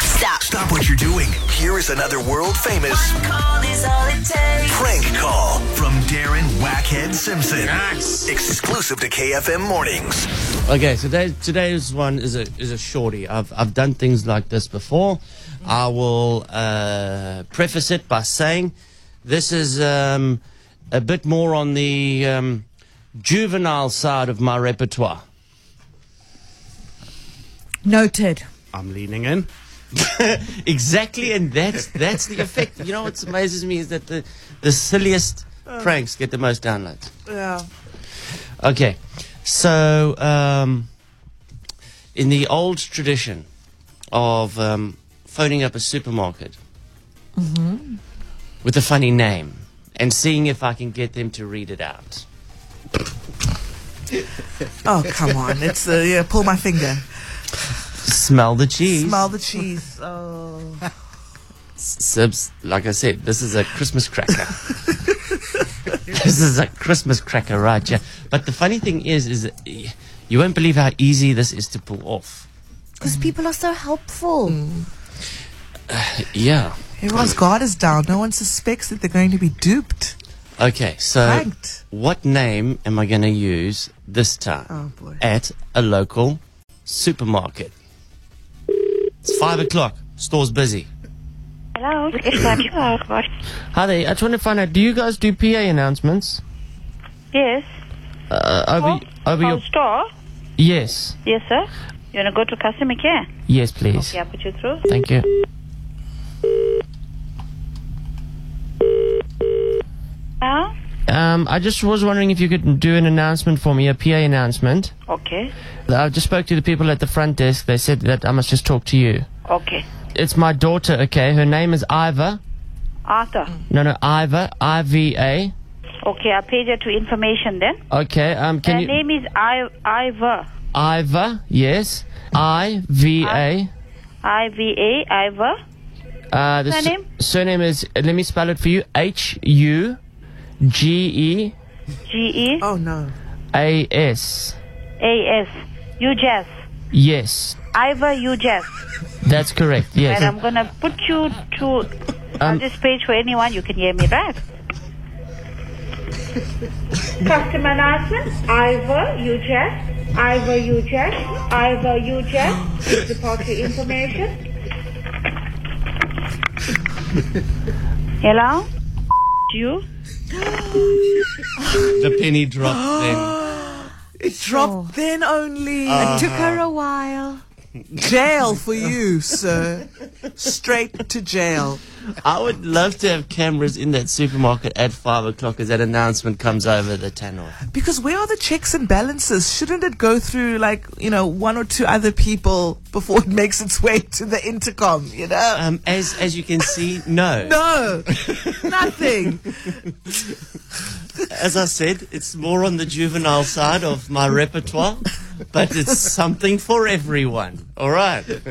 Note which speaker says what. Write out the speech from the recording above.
Speaker 1: Stop what you're doing. Here is another world famous
Speaker 2: Call is all it takes.
Speaker 1: prank call from Darren Wackhead Simpson.
Speaker 3: Nice.
Speaker 1: Exclusive to KFM Mornings.
Speaker 4: Okay, so today, today's one is a is a shorty. I've I've done things like this before. I will uh, preface it by saying this is um, a bit more on the um, juvenile side of my repertoire.
Speaker 5: Noted.
Speaker 3: I'm leaning in.
Speaker 4: Exactly, and that's that's the effect. You know what amazes me is that the the silliest pranks get the most downloads.
Speaker 5: Yeah.
Speaker 4: Okay, so um, in the old tradition of um, phoning up a supermarket with a funny name and seeing if I can get them to read it out.
Speaker 5: Oh come on! It's uh, yeah. Pull my finger.
Speaker 4: Smell the cheese.
Speaker 5: Smell the cheese. Oh.
Speaker 4: Sibs, like I said, this is a Christmas cracker. this is a Christmas cracker, right? Yeah. But the funny thing is, is that y- you won't believe how easy this is to pull off.
Speaker 6: Because people are so helpful.
Speaker 5: Mm.
Speaker 4: Yeah.
Speaker 5: Everyone's guard is down. No one suspects that they're going to be duped.
Speaker 4: Okay, so
Speaker 5: Pranked.
Speaker 4: what name am I going to use this time
Speaker 5: Oh, boy.
Speaker 4: at a local supermarket? It's five o'clock. Store's busy.
Speaker 7: Hello, it's Matthew Hogwarts.
Speaker 4: Hi there. I just want to find out. Do you guys do PA announcements
Speaker 7: Yes.
Speaker 4: uh, over over
Speaker 7: Call
Speaker 4: your?
Speaker 7: store.
Speaker 4: Yes,
Speaker 7: Yes, sir. You want to go to customer care?
Speaker 4: yes, please.
Speaker 7: Okay, I'll put you through.
Speaker 4: Thank you.
Speaker 7: Now?
Speaker 4: Um, I just was wondering if you could do an announcement for me, a PA announcement.
Speaker 7: Okay.
Speaker 4: I just spoke to the people at the front desk. They said that I must just talk to you.
Speaker 7: Okay.
Speaker 4: It's my daughter. Okay, her name is Iva.
Speaker 7: Arthur.
Speaker 4: No, no, Iva. I V A.
Speaker 7: Okay, I'll page her to information then.
Speaker 4: Okay. Um, can
Speaker 7: Her
Speaker 4: you?
Speaker 7: name is I- Ivor.
Speaker 4: Iva, yes. I V A.
Speaker 7: I-V-A, Ivor.
Speaker 4: Uh, the su-
Speaker 7: Surname?
Speaker 4: surname is. uh, Let me spell it for you. H U G E
Speaker 7: G-E,
Speaker 5: Oh no.
Speaker 4: A S.
Speaker 7: A-S. UJAS.
Speaker 4: Yes,
Speaker 7: Ivor UJAS.
Speaker 4: that's correct.
Speaker 7: And
Speaker 4: Yes.
Speaker 7: I'm going to put you to on this page for anyone. You can hear me, right? Customer announcement. Ivor UJAS. Ivor UJAS. Ivor UJAS. Please report your information. Hello? You?
Speaker 4: The penny dropped then.
Speaker 5: It dropped then only. Uh-huh.
Speaker 6: Took her a while.
Speaker 5: jail for you, sir. Straight to jail.
Speaker 4: I would love to have cameras in that supermarket at 5 o'clock as that announcement comes over the tunnel.
Speaker 5: Because where are the checks and balances? Shouldn't it go through like you know one or two other people before it makes its way to the intercom? You know.
Speaker 4: Um, as, as you can see, no.
Speaker 5: no, nothing.
Speaker 4: As I said, it's more on the juvenile side of my repertoire, but it's something for everyone. All right.